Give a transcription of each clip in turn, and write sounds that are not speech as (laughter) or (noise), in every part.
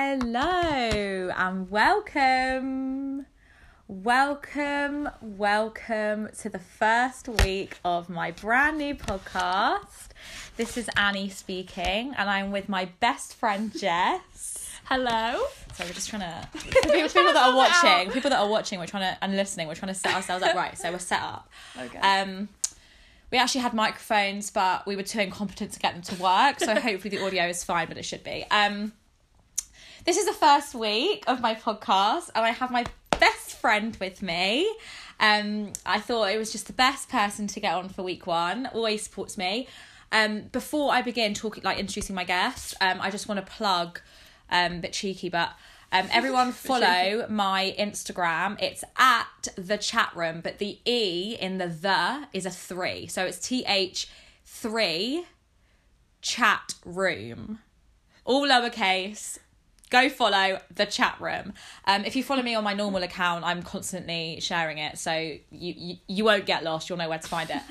Hello and welcome. Welcome, welcome to the first week of my brand new podcast. This is Annie speaking, and I'm with my best friend Jess. Hello. So we're just trying (laughs) to people, people that are watching, people that are watching, we're trying to and listening, we're trying to set ourselves up right. So we're set up. Okay. Um, we actually had microphones, but we were too incompetent to get them to work. So hopefully the audio is fine, but it should be. Um, this is the first week of my podcast, and I have my best friend with me. Um, I thought it was just the best person to get on for week one. Always supports me. Um, before I begin talking, like introducing my guest, um, I just want to plug, um, bit cheeky, but um, everyone follow my Instagram. It's at the chat room, but the E in the the is a three, so it's T H three chat room, all lowercase go follow the chat room. Um, if you follow me on my normal account, I'm constantly sharing it, so you you, you won't get lost. You'll know where to find it.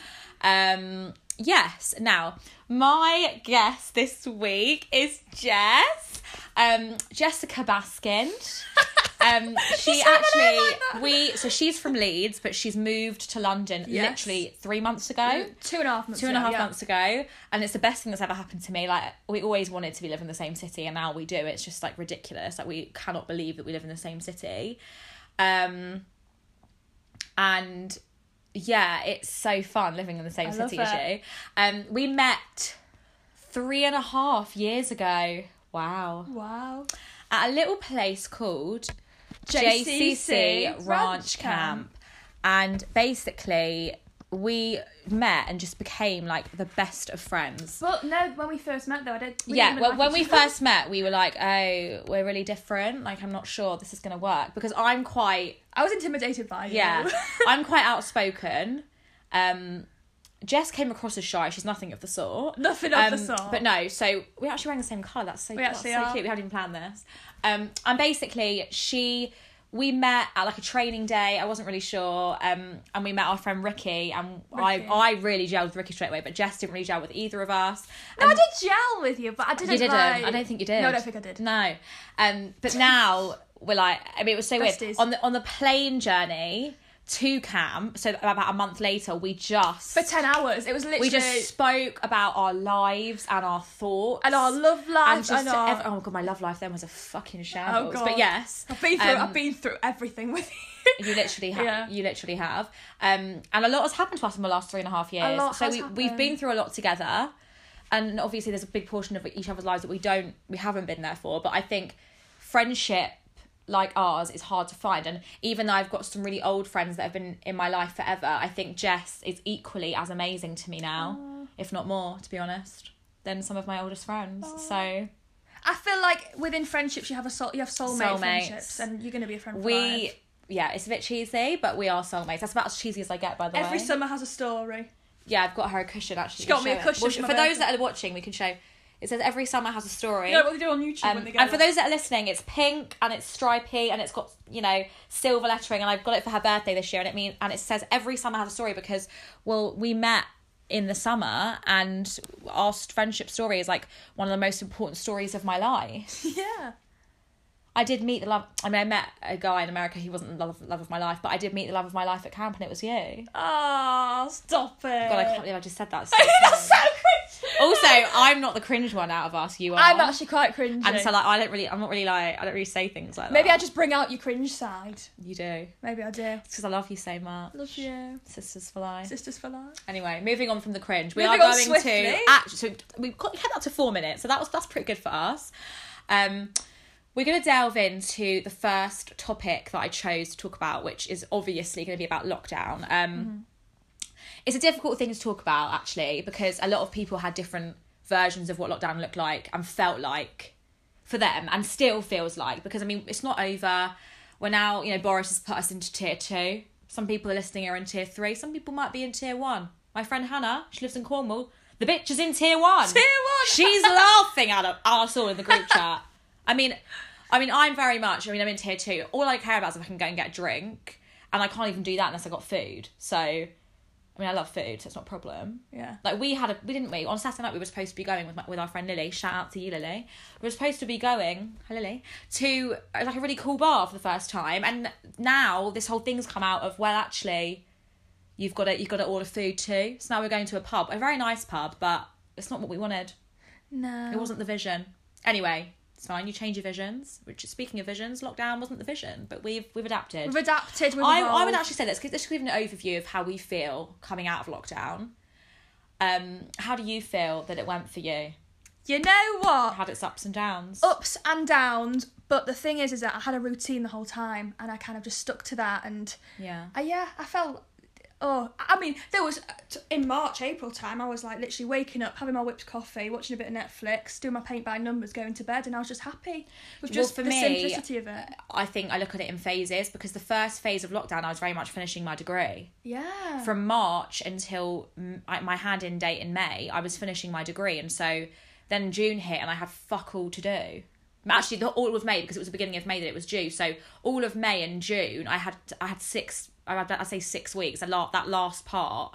Um, yes. Now, my guest this week is Jess, um, Jessica Baskin. Um, she actually we so she's from Leeds, but she's moved to London Yes. literally three months ago Two and a half months. two and a half ago, yeah. months ago and it's the best thing that's ever happened to me like we always wanted to be living in the same city and now we do it's just like ridiculous like we cannot believe that we live in the same city um and yeah it's so fun living in the same I love city as it. you um we met three and a half years ago wow Wow. at a little place called JCC JCC Ranch, Ranch Camp. Camp. And basically, we met and just became like the best of friends. Well, no, when we first met though, I did. yeah, well, when we first met, we were like, oh, we're really different. Like, I'm not sure this is going to work because I'm quite I was intimidated by you. yeah (laughs) i'm quite outspoken um jess came across as shy she's nothing of the sort (laughs) (laughs) Nothing of the Um, sort. but no so we're actually wearing the same color that's so, We that's actually so are. cute we haven't even planned this um and basically she we met at like a training day i wasn't really sure um and we met our friend ricky and Ricky. i i really gelled with ricky straight away but jess didn't really gel with either of us no, I did gel with you, but I didn't. um, you didn't. Like... I don't think you did. No, I don't think I did. No. Um, but now we're like, I mean, it was so weird. Besties. On the on the plane journey to camp, so about a month later, we just For ten hours, it was literally we just spoke about our lives and our thoughts and our love and life. just and our... Oh, ev- oh my god, my love life then was a fucking shambles. But God. yes, I've been through. um, I've been through everything with you. (laughs) you literally have. Yeah. You literally have. Um, and a lot has happened to us in the last three and a half years. lot so has we we've been happened. through a lot together, and obviously there's a big portion of each other's lives that we don't we haven't been there for. But I think friendship like ours is hard to find and even though i've got some really old friends that have been in my life forever i think jess is equally as amazing to me now if not more to be honest than some of my oldest friends so I feel like within friendships, you have a soul. You have soulmate Soulmates. friendships, and you're gonna be a friend. For we life. yeah it's a bit cheesy but we are soulmates that's about as cheesy as i get by the way Every summer has a story. Yeah, I've got her a cushion actually. She got me Show a it. cushion Well, for my for those birthday. that are watching, we can show. It says every summer has a story. You know what they do on YouTube Um, when they get. and for like- those that are listening, it's pink and it's stripy and it's got you know silver lettering, and I've got it for her birthday this year, and it mean and it says every summer has a story because well we met in the summer and our s- friendship story is like one of the most important stories of my life. (laughs) yeah. I did meet the love. I mean, I met a guy in America. He wasn't the love love of my life, but I did meet the love of my life at camp, and it was you. Oh, stop it. God, I can't believe I just said that. (laughs) That's so cringe. also, I'm not the cringe one out of us. You are. I'm actually quite cringy. and so like I don't really, I'm not really like I don't really say things like Maybe I that. just bring out your cringe side. you do. Maybe I do. It's because I love you so much. Love you. Sisters for life. Sisters for life. (laughs) Anyway, moving on from the cringe, we Moving are on going swiftly. to actually. So we've got, kept that to four minutes, so that was that's pretty good for us. Um, we're going to delve into the first topic that I chose to talk about, which is obviously going to be about lockdown. Um, Mm-hmm. It's a difficult thing to talk about actually because a lot of people had different versions of what lockdown looked like and felt like for them, and still feels like because I mean it's not over. We're now, you know, Boris has put us into tier two. Some people are listening are in tier three. Some people might be in tier one. My friend Hannah, she lives in Cornwall. The bitch is in tier one. Tier (laughs) one. She's laughing at us all in the group chat. I mean, I mean, I'm very much. I mean, I'm in tier two. All I care about is if I can go and get a drink, and I can't even do that unless I got food. So, I mean, I love food, so it's not a problem. Yeah. Like we had a we didn't we on Saturday night we were supposed to be going with my, with our friend Lily. Shout out to you, Lily. We were supposed to be going, hi Lily, to uh, like a really cool bar for the first time, and now this whole thing's come out of well, actually, you've got to you've got to order food too. So now we're going to a pub, a very nice pub, but it's not what we wanted. No. It wasn't the vision. Anyway, it's fine. You change your visions. Which speaking of visions, lockdown wasn't the vision, but we've we've adapted. We've adapted. We've I, I would evolved. actually say let's give, let's give an overview of how we feel coming out of lockdown. Um, how do you feel that it went for you? You know what? Had its ups and downs. ups and downs. But the thing is, is that I had a routine the whole time, and I kind of just stuck to that. And Yeah. I, Uh, yeah, I felt. Oh, I mean, there was in March, April time. I was like literally waking up, having my whipped coffee, watching a bit of Netflix, doing my paint by numbers, going to bed, and I was just happy with Well, just for the me, simplicity of it. I think I look at it in phases because the first phase of lockdown, I was very much finishing my degree. Yeah. From March until mm, I- my hand in date in May, I was finishing my degree. And so then June hit and I had fuck all to do. Actually, the, all of May because it was the beginning of May that it was due. So all of May and June, I had I had six. I had I say six weeks. A lot that last part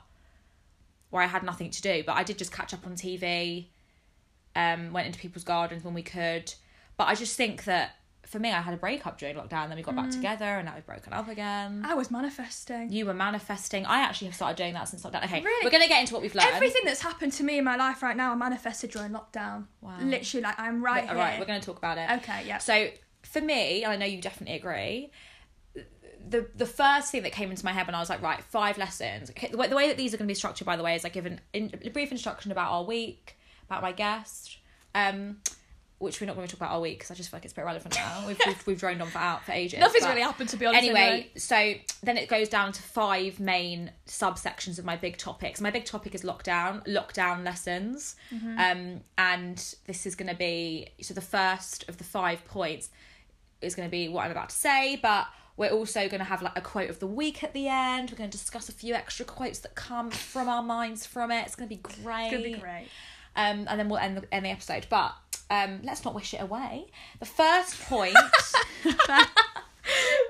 where I had nothing to do, but I did just catch up on TV. Um, went into people's gardens when we could, but I just think that for me, I had a breakup during lockdown. Then we got back together, and now we've broken up again. I was manifesting. You were manifesting. I actually have started doing that since lockdown. Okay, Really? we're gonna get into what we've learned. Everything that's happened to me in my life right now, I manifested during lockdown. Wow. Literally, like I'm right All here. right, we're gonna talk about it. okay, yeah. So for me, and I know you definitely agree, the the first thing that came into my head when I was like, right, five lessons. Okay, The way, the way that these are going to be structured, by the way, is I give an, in, a brief instruction about our week, about my guest, um, which we're not going to talk about our week because I just feel like it's a bit relevant now. We've we've, we've droned on for out for ages. (laughs) Nothing's but- really happened to be honest. Anyway, so then it goes down to five main subsections of my big topics. My big topic is lockdown, lockdown lessons. Mm-hmm. Um, and this is going to be so the first of the five points is going to be what I'm about to say, but we're also going to have like a quote of the week at the end. We're going to discuss a few extra quotes that come from our minds from it. It's going to be great. It's gonna be great. Um, and then we'll end the, end the episode. But um, let's not wish it away. The first (laughs) point.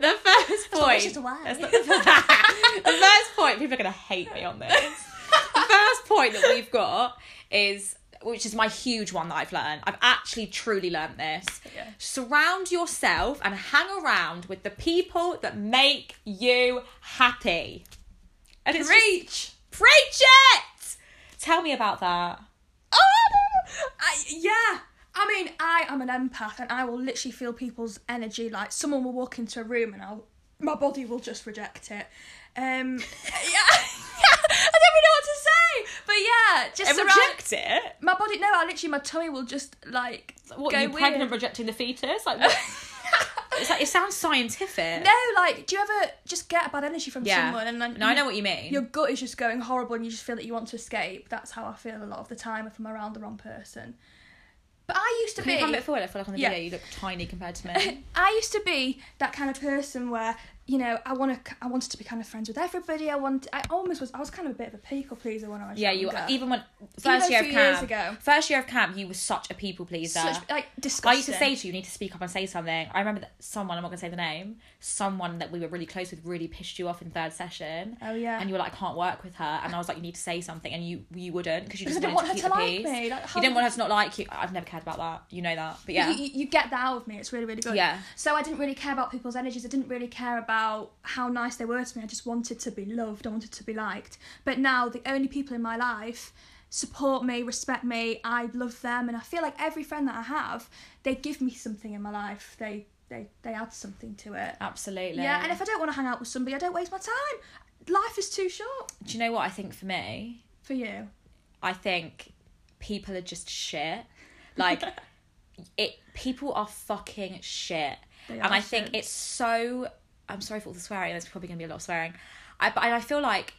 the first point. wish it away. That's not (laughs) the, first, the first point. People are going to hate me on this. the first point that we've got is, which is my huge one that I've learned. I've actually truly learned this. Yeah. Surround yourself and hang around with the people that make you happy. And it's just- Preach. preach it. Tell me about that. I, yeah. I mean, I am an empath and I will literally feel people's energy. Like someone will walk into a room and I'll, my body will just reject it. (laughs) Um, yeah, (laughs) I don't really know what to say. But yeah, just And surround- reject it. my body. No, I literally my tummy will just like What go are you weird. pregnant rejecting the fetus? Like (laughs) what? it's like it sounds scientific. no, like do you ever just get a bad energy from yeah. someone and then no, I know what you mean. your gut is just going horrible and you just feel that you want to escape. That's how I feel a lot of the time if I'm around the wrong person. But I used to Can you be come a bit forward? I feel like on the Yeah. video you look tiny compared to (laughs) me. (coughs) I used to be that kind of person where you know I want to I wanted to be kind of friends with everybody. I want I almost was I was kind of a bit of a people pleaser when I was yeah, you younger. even when first a year of few camp. years ago. First year of camp, you were such a people pleaser. such like I disgusting. used to say to you, you need to speak up and say something. I remember that someone, I'm not going to say the name, someone that we were really close with really pissed you off in third session. oh yeah, And you were like, I can't work with her. And I was like, you need to say something. And you you wouldn't because you because I just didn't wanted want to her keep to the like peace. me. Like, how You didn't would- want her to not like you. I've never cared about that. You know that. But yeah. You, you- you get that out of me. It's really really good. Yeah. So I didn't really care about people's energies. I didn't really care about how nice they were to me. I just wanted to be loved. I wanted to be liked. But now the only people in my life support me, respect me. I love them, and I feel like every friend that I have, they give me something in my life. They they they add something to it. Absolutely. Yeah. And if I don't want to hang out with somebody, I don't waste my time. Life is too short Do you know what I think for me? for you. I think people are just shit. (laughs) Like it people are fucking shit. They and are I think shit. it's so I'm sorry for all the swearing, there's probably gonna be a lot of swearing. I but I feel like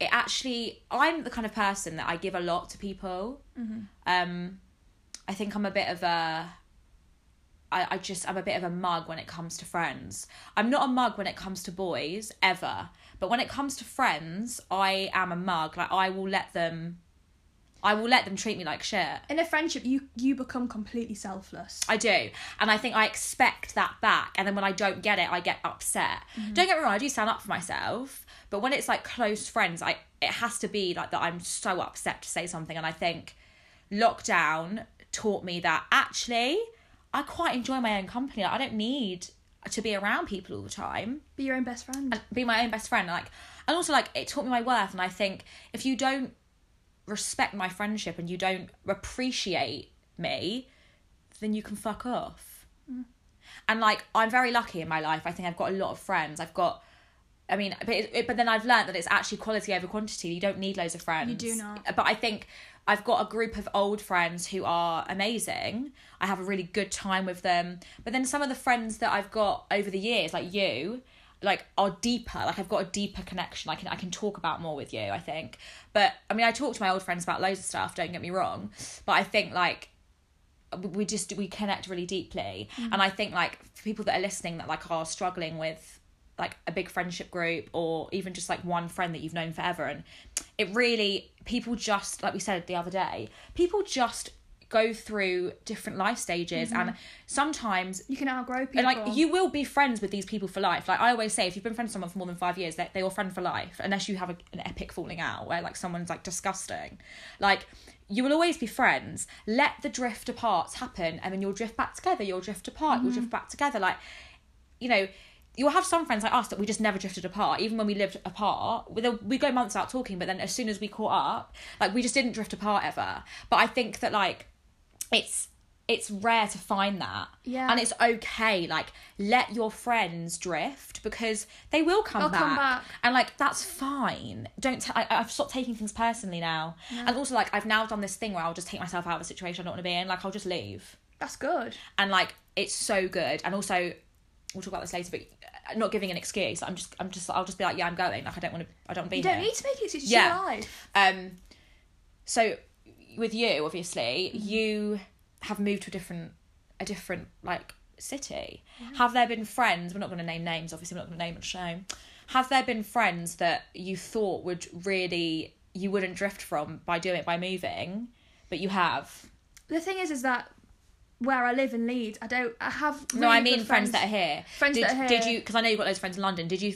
it actually I'm the kind of person that I give a lot to people. Mm-hmm. Um I think I'm a bit of a I, I just I'm a bit of a mug when it comes to friends. I'm not a mug when it comes to boys ever, but when it comes to friends, I am a mug. Like I will let them. I will let them treat me like shit. In a friendship, you you become completely selfless. I do. And I think I expect that back. And then when I don't get it, I get upset. Don't get me wrong, I do stand up for myself. But when it's like close friends, I it has to be like that I'm so upset to say something. And I think lockdown taught me that actually I quite enjoy my own company. Like, I don't need to be around people all the time Be your own best friend. be my own best friend. Like, and also like it taught me my worth. And I think if you don't respect my friendship and you don't appreciate me, then you can fuck off. And like I'm very lucky in my life. I think I've got a lot of friends. I've got. I mean, but it, it- but then I've learned that it's actually quality over quantity. You don't need loads of friends. do not. But I think I've got a group of old friends who are amazing. I have a really good time with them. But then some of the friends that I've got over the years, like you, like are deeper. Like I've got a deeper connection. I can I can talk about more with you. I think. But I mean, I talk to my old friends about loads of stuff. Don't get me wrong. But I think like we- we just we connect really deeply and i think like for people that are listening that like are struggling with like a big friendship group or even just like one friend that you've known forever and it really people just like we said the other day people just go through different life stages and sometimes You can outgrow and people. like you will be friends with these people for life. Like I always say, if you've been friends with someone for more than five years, they they your friend for life, unless you have a, an epic falling out where like someone's like disgusting. Like you will always be friends. Let the drift apart happen, and then you'll drift back together. You'll drift apart. You'll drift back together. Like you know. You'll have some friends like us that we just never drifted apart. Even when we lived apart, we we go months out talking, but then as soon as we caught up, like we just didn't drift apart ever. But I think that like it's it's rare to find that Yeah. and it's okay like let your friends drift because they will come, They'll back. come back. and like that's fine don't t- I, i've stopped taking things personally now and also like i've now done this thing where i'll just take myself out of a situation i don't want to be in like i'll just leave That's good. and like it's so good and also we'll talk about this later but uh, not giving an excuse i'm just i'm just i'll just be like yeah i'm going like i don't want to i don't want to be You don't here need to make it. It's just Yeah. your life. um so with you obviously Mm-hmm. you have moved to a different a different like city have there been friends we're not going to name names obviously we're not going to name and show have there been friends that you thought would really you wouldn't drift from by doing it by moving but you have The thing is, is that where I live in Leeds, I don't. I have. no really i mean good friends. that are here Friends did, that are did here. you because i know you've got loads of friends in london did you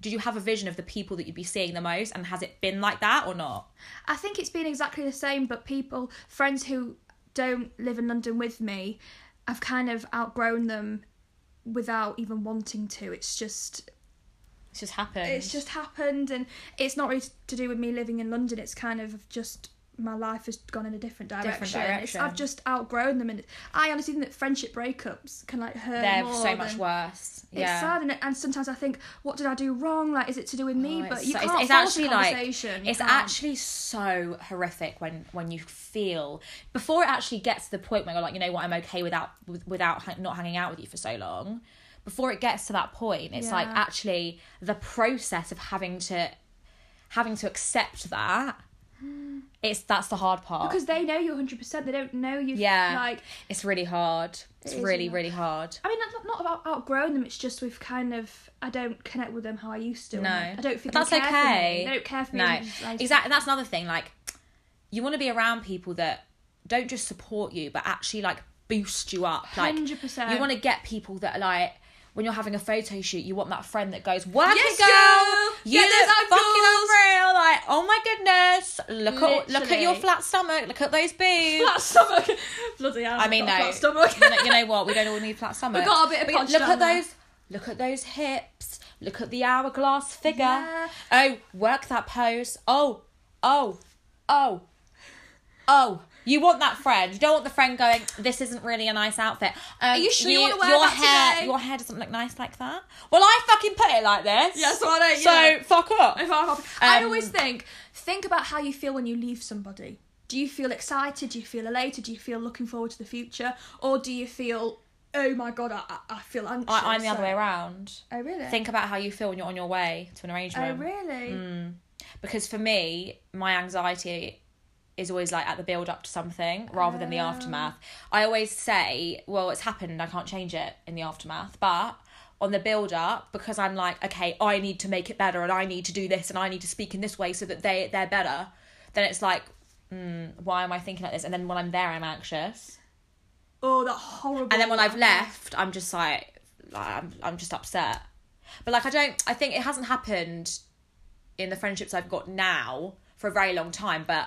did you have a vision of the people that you'd be seeing the most and has it been like that or not I think it's been exactly the same, but people, friends who don't live in London with me, I've kind of outgrown them without even wanting to. It's just it's just happened it's just happened and it's not really to do with me living in London. It's kind of just my life has gone in a different direction. Different It's- I've direction. just outgrown them and it- I honestly think that friendship breakups can like hurt they're more so much than- worse yeah It's sad, and, and sometimes I think, what did I do wrong? Like, is it to do with me? Oh, but it's you so- can't it's- it's force actually a like- conversation. you it's can't. actually so horrific when when you feel before it actually gets to the point where you're like you know what i'm okay without with- without hang, not hanging out with you for so long before it gets to that point it's like Yeah. actually the process of having to having to accept that it's that's the hard part Hmm. because they know you 100. percent They don't know you. yeah Like, it's really hard it's is really hard. really hard I mean, not not about outgrown them. It's just we've kind of I don't connect with them how I used to. and No. I don't think But that's they care okay. For me. They don't care for me. No, as much as I used to. (laughs) exactly. That's another thing. Like, you want to be around people that don't just support you, but actually like boost you up. Like, 100%. you want to get people that are like. When you're having a photo shoot, you want that friend that goes, "Work it, Yes, girl! girl! You Get those look fucking eyeballs!" unreal! Like, oh my goodness! Look at look at Literally. your flat stomach! Look at those boobs! Flat stomach. Bloody hell. I mean, I've got a no. flat stomach. you, know, you know what? We don't all need flat stomachs. We got a bit of But podge Look down at there. those. Look at those hips. Look at the hourglass figure. Yeah. Oh, work that pose. Oh, oh, oh, oh. You want that friend. You don't want the friend going, this isn't really a nice outfit. Um, Are you sure you wanna wear your that hair, today? Your hair doesn't look nice like that. Well, I fucking put it like this. Yes, I know, So, yeah. fuck up. If I'm happy- (laughs) I Um, always think, think about how you feel when you leave somebody. Do you feel excited? Do you feel elated? Do you feel looking forward to the future? Or do you feel, oh my god, I, I- I feel anxious? I, I'm the other So- way around. Oh, really? Think Mm. about how you feel when you're on your way to an arrangement. oh, really? because for me my anxiety is always like at the build up to something rather than the aftermath i always say well it's happened i can't change it in the aftermath but on the build up because i'm like okay i need to make it better and i need to do this and i need to speak in this way so that they they're better then it's like mm, why am I thinking like this? And then when I'm there, I'm anxious. Oh, that horrible. And then when I've left, I'm just like, like, I'm, I'm just upset. But like, I don't, I think it hasn't happened in the friendships I've got now for a very long time. But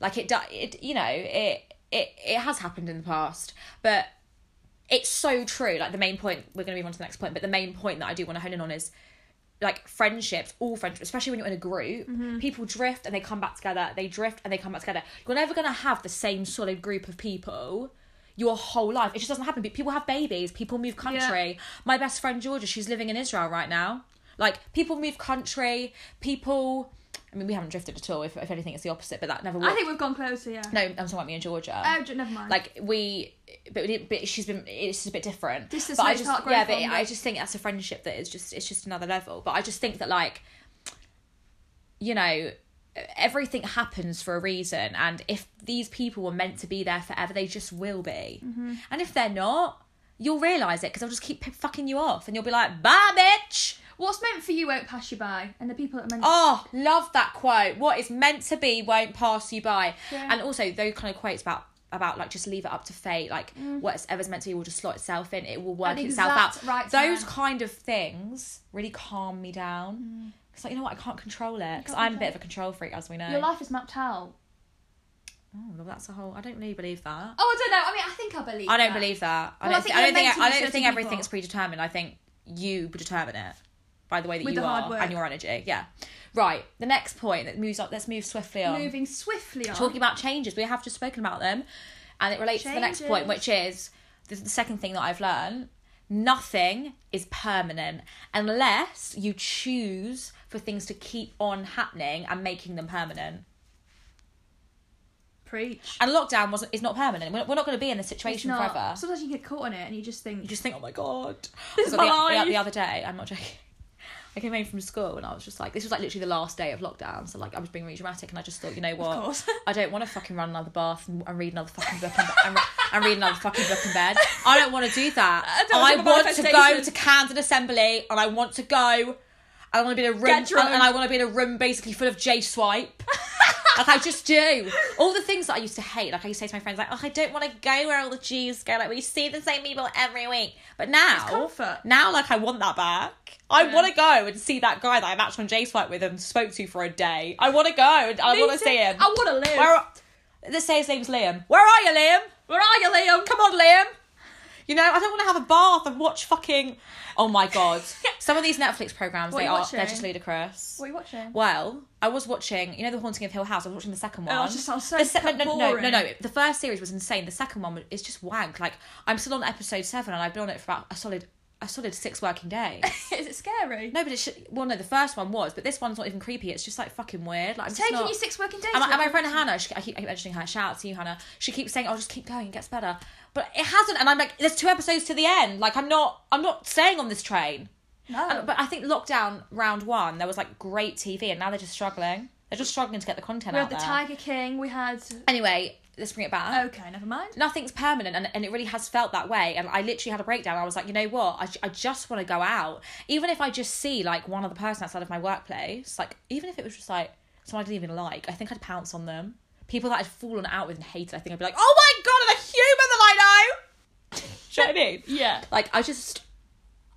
like, it, do- it you know, it, it, it has happened in the past. But it's so true. Like, the main point, we're going to move on to the next point, but the main point that I do want to hone in on is like friendships, all friendships, especially when you're in a group, Mm-hmm. people drift and they come back together. They drift and they come back together. You're never gonna have the same solid group of people your whole life. It just doesn't happen. People have babies. People move country. My best friend Georgia, she's living in Israel right now. Like people move country. People. I mean, we haven't drifted at all. If, if anything, it's the opposite. But that never. Will. I think we've gone closer. Yeah. no, I'm talking about me and Georgia Oh, j- never mind. like we but, we didn't- but she's been it's just a bit different Distance but i makes just heart grow yeah but fonder. i just think that's a friendship that is just it's just another level but i just think that like you know everything happens for a reason and if these people were meant to be there forever they just will be and if they're not you'll realize it because they'll just keep p- fucking you off and you'll be like bye bitch what's meant for you won't pass you by, and the people that are meant. Oh, love that quote. What is meant to be won't pass you by. Yeah. And also those kind of quotes about about like just leave it up to fate, like whatever's meant to be will just slot itself in, it will work the itself out. Mm. exact right those time. Mm. kind of things really calm me down. It's like you know what, I can't control it because can't I'm a bit control of a control freak, as we know. Your life is mapped out. oh, well, that's a whole. I don't really believe that. Oh, I don't know. I mean, I think I believe. I don't that. believe that. I Well, I don't. thi- think I, you're don't think. meant to I be don't certain think people. everything's predetermined. I think you determine it by the way that With you the hard are work. and your energy. Yeah. Right. The next point that moves up. Let's move swiftly on. Moving swiftly on. talking about changes we have just spoken about them and it relates to the next point Changes. which is the, the second thing that i've learned nothing is permanent unless you choose for things to keep on happening and making them permanent Preach. and lockdown wasn't is not permanent we're, we're not going to be in this It's situation not. forever Sometimes you get caught on it and you just think. you just think oh my god This is the, my the- life. the other day i'm not joking (laughs) I came home from school and I was just like, this was like literally the last day of lockdown. So like, I was being really dramatic and I just thought, you know what? Of course. I don't want to fucking run another bath and, and read another fucking book and, and, and read another fucking book in bed. I don't want to do that. I don't I, want to want to go to manifestation. Camden Assembly and I want to go. I want to be in a room and, Get drunk. and I want to be in a room basically full of J swipe. like I just do all the things that I used to hate. Like I used to say to my friends, like, "Oh, I don't want to go where all the Jews go. Like we see the same people every week." But now, comfort. now, like I want that back. I want to go and see that guy that I matched on J swipe with and spoke to for a day. I want to go and I Me want to too. see him. I want to live. Where are, let's say his name's Liam. Where are you, Liam? Where are you, Liam? Come on, Liam. You know, I don't want to have a bath and watch fucking. Oh my (laughs) god! Some of these Netflix programs, What they are are you watching? they're just ludicrous. What are you watching? (laughs) Well, I was watching, you know, The Haunting of Hill House. I was watching the second one. Oh, it just sounds so the se- no, fucking no, no, no, boring. no. The first series was insane. The second one was- is just wank. Like I'm still on episode seven, and I've been on it for about a solid, a solid six working days. (laughs) Is it scary? no, but it should. Well, no, the first one was, but this one's not even creepy. It's just like fucking weird. Like I'm just Taking not- you six working days. and my, to and my watch friend it. Hannah, she, I, keep, I keep mentioning her. Shout out to you, Hannah. She keeps saying, "Oh, just keep going, it gets better," but it hasn't. And I'm like, "There's two episodes to the end. Like, I'm not, I'm not staying on this train." No. And- Uh, but I think lockdown round one, there was like great TV, and now they're just struggling. They're just struggling to get the content we out had the Oh. there. Tiger King. We had. Anyway, let's bring it back Okay, never mind. nothing's permanent and, and it really has felt that way and i literally had a breakdown i was like you know what i, j- I just want to go out even if i just see like one other person outside of my workplace like even if it was just like someone i didn't even like i think i'd pounce on them people that i'd fallen out with and hated i think i'd be like oh my god i'm a human that i know (laughs) Do you know what i mean Yeah. like i just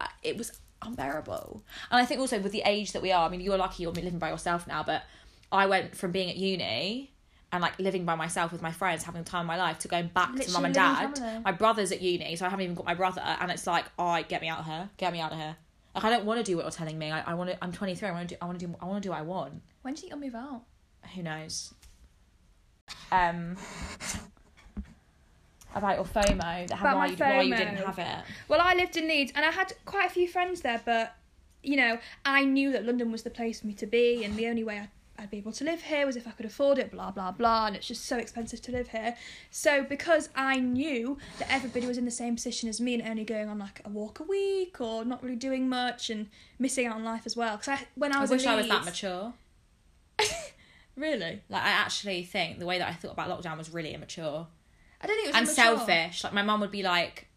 I- it was unbearable and i think also with the age that we are i mean you're lucky you're living by yourself now but i went from being at uni and like living by myself with my friends having the time of my life to going back to Literally mum and living dad family. my brother's at uni so i haven't even got my brother and it's like all right get me out of here get me out of here like i don't want to do what you're telling me i, I want to i'm 23 i want to do i want to do i want to do what i want When do you think you'll move out? who knows um (laughs) about your FOMO, that About why my you, why you didn't FOMO. have it. Well, I lived in Leeds and I had quite a few friends there, but you know, I knew that London was the place for me to be, and the only way I'd, I'd be able to live here was if I could afford it, blah blah blah, and it's just so expensive to live here. So, because I knew that everybody was in the same position as me and only going on like a walk a week or not really doing much and missing out on life as well, because I, when I I was wish in I was Leeds, that mature. (laughs) Really? Like I actually think the way that I thought about lockdown was really immature I don't think it was and immature. selfish. Like my mum would be like,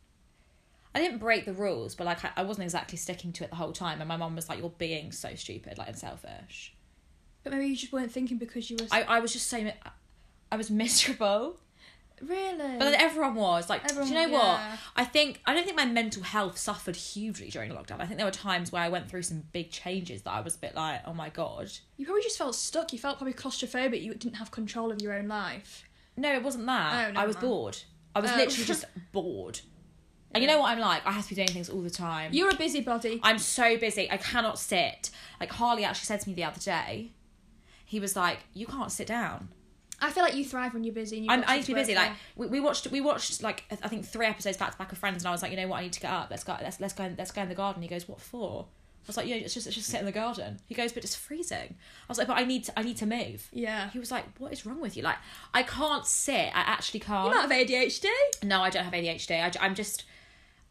I didn't break the rules, but like I, I wasn't exactly sticking to it the whole time. And my mum was like, "You're being so stupid, like and selfish." But maybe you just weren't thinking because you were. I I was just so. I was (laughs) miserable. Really? But then everyone was like, do you Everyone- know yeah. what? I think I don't think my mental health suffered hugely during lockdown. I think there were times where I went through some big changes that I was a bit like, oh my god. you probably just felt stuck. You felt probably claustrophobic. You didn't have control of your own life. No, it wasn't that. Oh, never I was mind. bored. I was Oh. literally (laughs) just bored. And you know what I'm like? I have to be doing things all the time. You're a busybody. I'm so busy. I cannot sit. Like Harley actually said to me the other day, he was like, "You can't sit down." I feel like you thrive when you're busy. And you've I'm, got I need stuff to be work busy. Like for. we, we watched we watched like I think three episodes back to back of Friends, and I was like, you know what? I need to get up. Let's go. Let's let's go. in- Let's go in the garden. He goes, "What for?" I was like, "Yeah, it's just it's just sit in the garden." He goes, "But it's freezing." I was like, "But I need to I need to move." yeah. He was like, "What is wrong with you? Like I can't sit. I actually can't." You might have ADHD. No, I don't have ADHD. I, am just,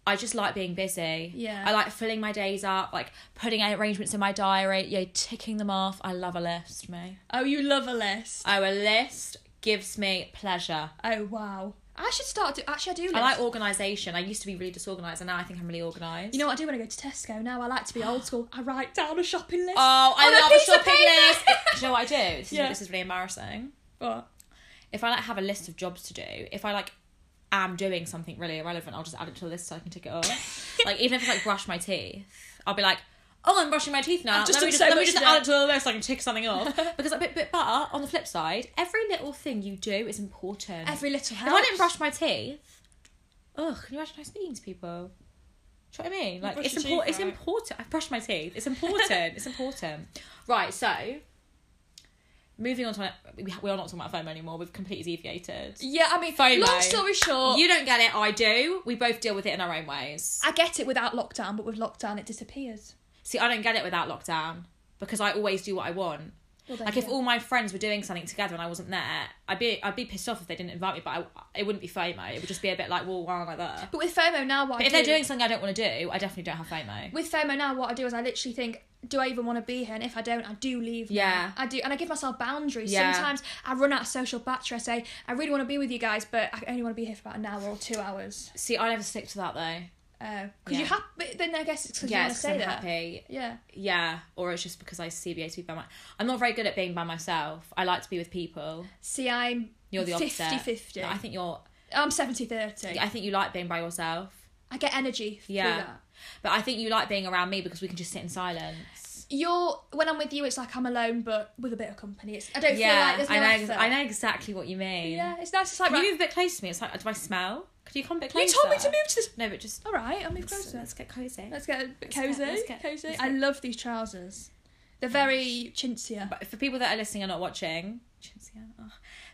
I just like being busy. Yeah. I like filling my days up, like putting arrangements in my diary, you know, ticking them off. I love a list, me. Oh, you love a list. Oh, a list gives me pleasure. Oh wow. I should start. To, actually, I do. List. I like organisation. I used to be really disorganised, and now I think I'm really organised. You know what I do when I go to Tesco now? I like (gasps) to be old school. I write down a shopping list. Oh, I On a love a piece of shopping list. paper. do you know what I do? This, Yeah. is, this is really embarrassing. What? If I like have a list of jobs to do, if I like am doing something really irrelevant, I'll just add it to the list so I can tick it off. (laughs) like even if it's like brush my teeth, I'll be like, oh, I'm brushing my teeth now. I've just let me done just, so let me much just today." add it to the list so I can tick something (laughs) off. because but, but but on the flip side, every little thing you do is important. Every little if help. I didn't brush my teeth, ugh, can you imagine how speaking to people? Do you know what I mean? Like brush it's your teeth, important. It's right? important. I brushed my teeth. (laughs) It's important. it's important. Right. So, moving on to we, we are not talking about FOMO anymore. We've completely deviated. Yeah, I mean, FOMO. long story short, You don't get it. I do. We both deal with it in our own ways. I get it without lockdown, but with lockdown, it disappears. See, I don't get it without lockdown because I always do what I want. Well, there Like you if go. all my friends were doing something together and I wasn't there, I'd be I'd be pissed off if they didn't invite me. But I, it wouldn't be FOMO. It would just be a bit like, well, why aren't I there? But with FOMO now, what I But if do, they're doing something I don't want to do, I definitely don't have FOMO. with FOMO now, what I do is I literally think, do I even want to be here? And if I don't, I do leave. now. Yeah. I do, and I give myself boundaries. Yeah. Sometimes I run out of social battery. I say, I really want to be with you guys, but I only want to be here for about an hour or two hours. See, I never stick to that though. Because Yeah. you have, but then I guess it's because you Yeah, want to it's stay 'cause I'm there. happy. Yeah. Yeah, or it's just because I CBA to be by my. I'm not very good at being by myself. I like to be with people. See, I'm You're the opposite. 50-50. No, I think you're. I'm 70-30. I think you like being by yourself, I get energy through Yeah. that. but I think you like being around me because we can just sit in silence. You're when I'm with you, it's like I'm alone, but with a bit of company. It's, I don't yeah, feel like there's no I know. effort. I know exactly what you mean. Yeah, it's nice. It's like Can right, you move a bit close to me? It's like, do I smell? Could you come a bit You closer? told me to move to this. No, but just All right, I'll move let's, closer. let's get cozy. Let's get a bit let's get- cozy. let's get- cozy. let's I get- love these trousers. They're very chintzier. But for people that are listening and not watching,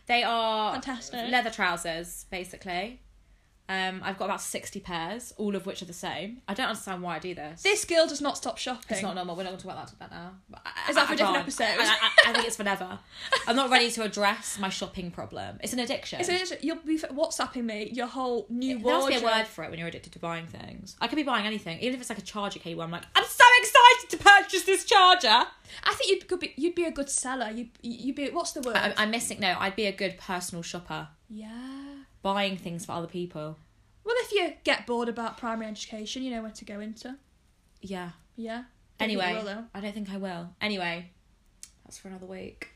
they are Fantastic. leather trousers, basically. Um, I've got about sixty pairs, all of which are the same. I don't understand why I do this. This girl does not stop shopping. It's not normal. We're not going to talk about that, about now. But I- Is that I- for I a different can't. episode? I, I, I think it's for never. I'm not ready to address my shopping problem. It's an addiction. It's literally- you'll be WhatsApping me your whole new there must be wardrobe. a word for it when you're addicted to buying things. I could be buying anything, even if it's like a charger cable. I'm like, I'm so excited to purchase this charger. I think you could be. You'd be a good seller. You'd you'd be. What's the word? I, I'm missing. No, I'd be a good personal shopper, yeah. buying things for other people. Well, if you get bored about primary education, you know where to go into. Yeah. Yeah. Don't think you Anyway, will, though. I don't think I will. Anyway, that's for another week.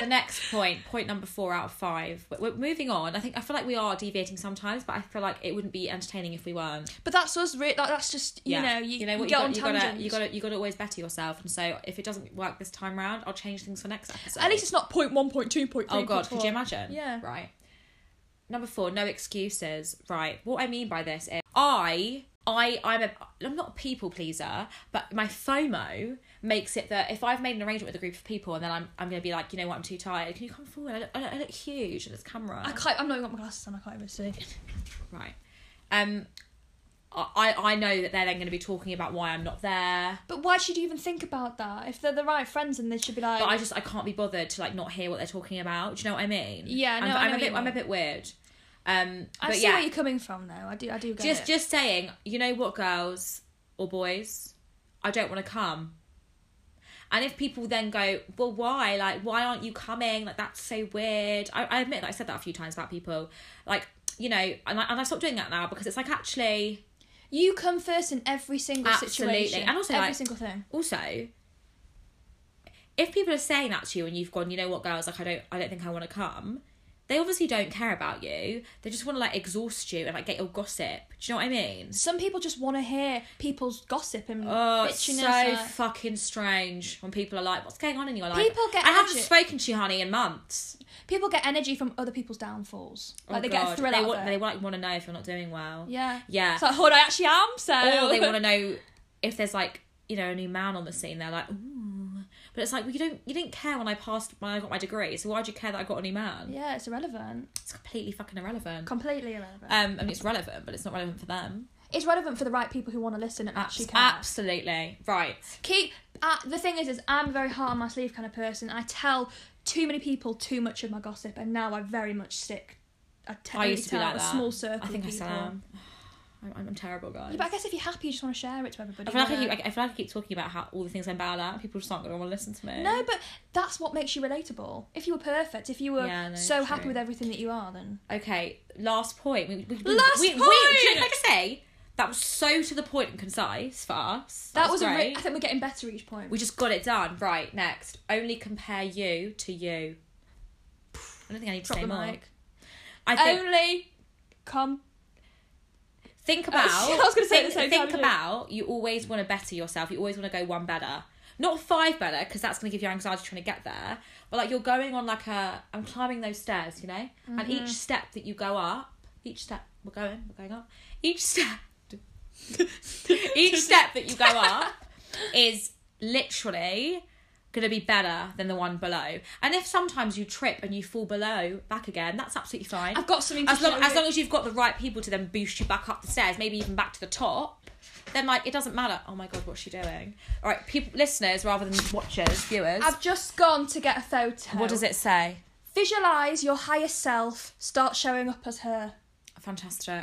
the next point, point number four out of five. We're, we're moving on. I think I feel like we are deviating sometimes, but I feel like it wouldn't be entertaining if we weren't. But that's us. Re- that, that's just you Yeah. know. You, know what? you, You, go on got, you gotta, tangents. you gotta, you gotta always better yourself. And so, if it doesn't work this time round, I'll change things for next episode. At least it's not point one, point two, point three. oh god, point could four. you imagine? Yeah. Right. Number four, no excuses. Right. What I mean by this is I I I'm a I'm not a people pleaser, but my FOMO makes it that if I've made an arrangement with a group of people and then I'm I'm gonna be like, you know what, I'm too tired. Can you come forward? I look, I look, I look huge at this camera. I can't. I'm not even got my glasses on. I can't even see. Right. Um. I I I know that they're then gonna be talking about why I'm not there. But why should you even think about that? If they're the right friends, and they should be like, But I just I can't be bothered to like not hear what they're talking about. Do you know what I mean? Yeah, I'm, no, I I'm know a what you bit I'm a mean. bit weird. Um. I but see yeah. where you're coming from, though. I do. I do get just it. just saying you know what girls or boys i don't want to come and if people then go well why like why aren't you coming like that's so weird i, I admit that i said that a few times about people like you know and i, and I stopped doing that now because it's like actually you come first in every single Absolutely. situation, And also, every like- single thing. also if people are saying that to you and you've gone you know what girls like i don't i don't think i want to come they obviously don't care about you. They just want to like exhaust you and like get your gossip. Do you know what I mean? Some people just want to hear people's gossip and Oh, it's so bitchiness. like- fucking strange when people are like, "What's going on in your life?" People get I haven't energy- spoken to you, honey, in months. people get energy from other people's downfalls. Like Oh, they get a God. thrill They out want, of it. they like want to know if you're not doing well. Yeah. Yeah. It's like, hold, I actually am. So or (laughs) they want to know if there's like you know a new man on the scene. They're like, ooh, but it's like well, you don't you didn't care when I passed when I got my degree. So why do you care that I got a new man? Yeah, it's irrelevant. It's completely fucking irrelevant. Completely irrelevant. Um, I mean it's relevant, but it's not relevant for them. it's relevant for the right people who want to listen and actually care. Absolutely right. Keep. Uh, the thing is, is I'm a very hard on my sleeve kind of person. I tell too many people too much of my gossip, and now I very much stick. I, te- I used to be tell like a that. small circle. I think I of still people. am. (sighs) I'm, I'm, I'm terrible, guys. Yeah, but I guess if you're happy, you just want to share it to everybody. I feel, like I, yeah. keep, I feel like I keep talking about how all the things I'm bad at. People just aren't going to want to listen to me. No, but that's what makes you relatable. If you were perfect, if you were Yeah, no, so happy true. with everything that you are, then Okay, last point. We, we, we, Last we, we- point! can I just say that was so to the point and concise for us. that, was, a. great. Re- I think we're getting better each point. We just got it done. Right, next. Only compare you to you. I don't think I need to say more. Problematic. I think Only come. think about (laughs) I was gonna say think, it at the same think time, about you always want to better yourself. You always want to go one better. Not five better, because that's gonna give you anxiety trying to get there. But like you're going on like a I'm climbing those stairs, you know? Mm-hmm. And each step that you go up, each step we're going, we're going up. Each (laughs) step each step that you go up is literally gonna be better than the one below. And if sometimes you trip and you fall below back again, that's absolutely fine. I've got something to as long show as you. long as you've got the right people to then boost you back up the stairs, maybe even back to the top, then like it doesn't matter. Oh my god, what's she doing? All right, people, listeners rather than watchers, viewers. I've just gone to get a photo. what does it say? Visualize your higher self. Start showing up as her. Fantastic.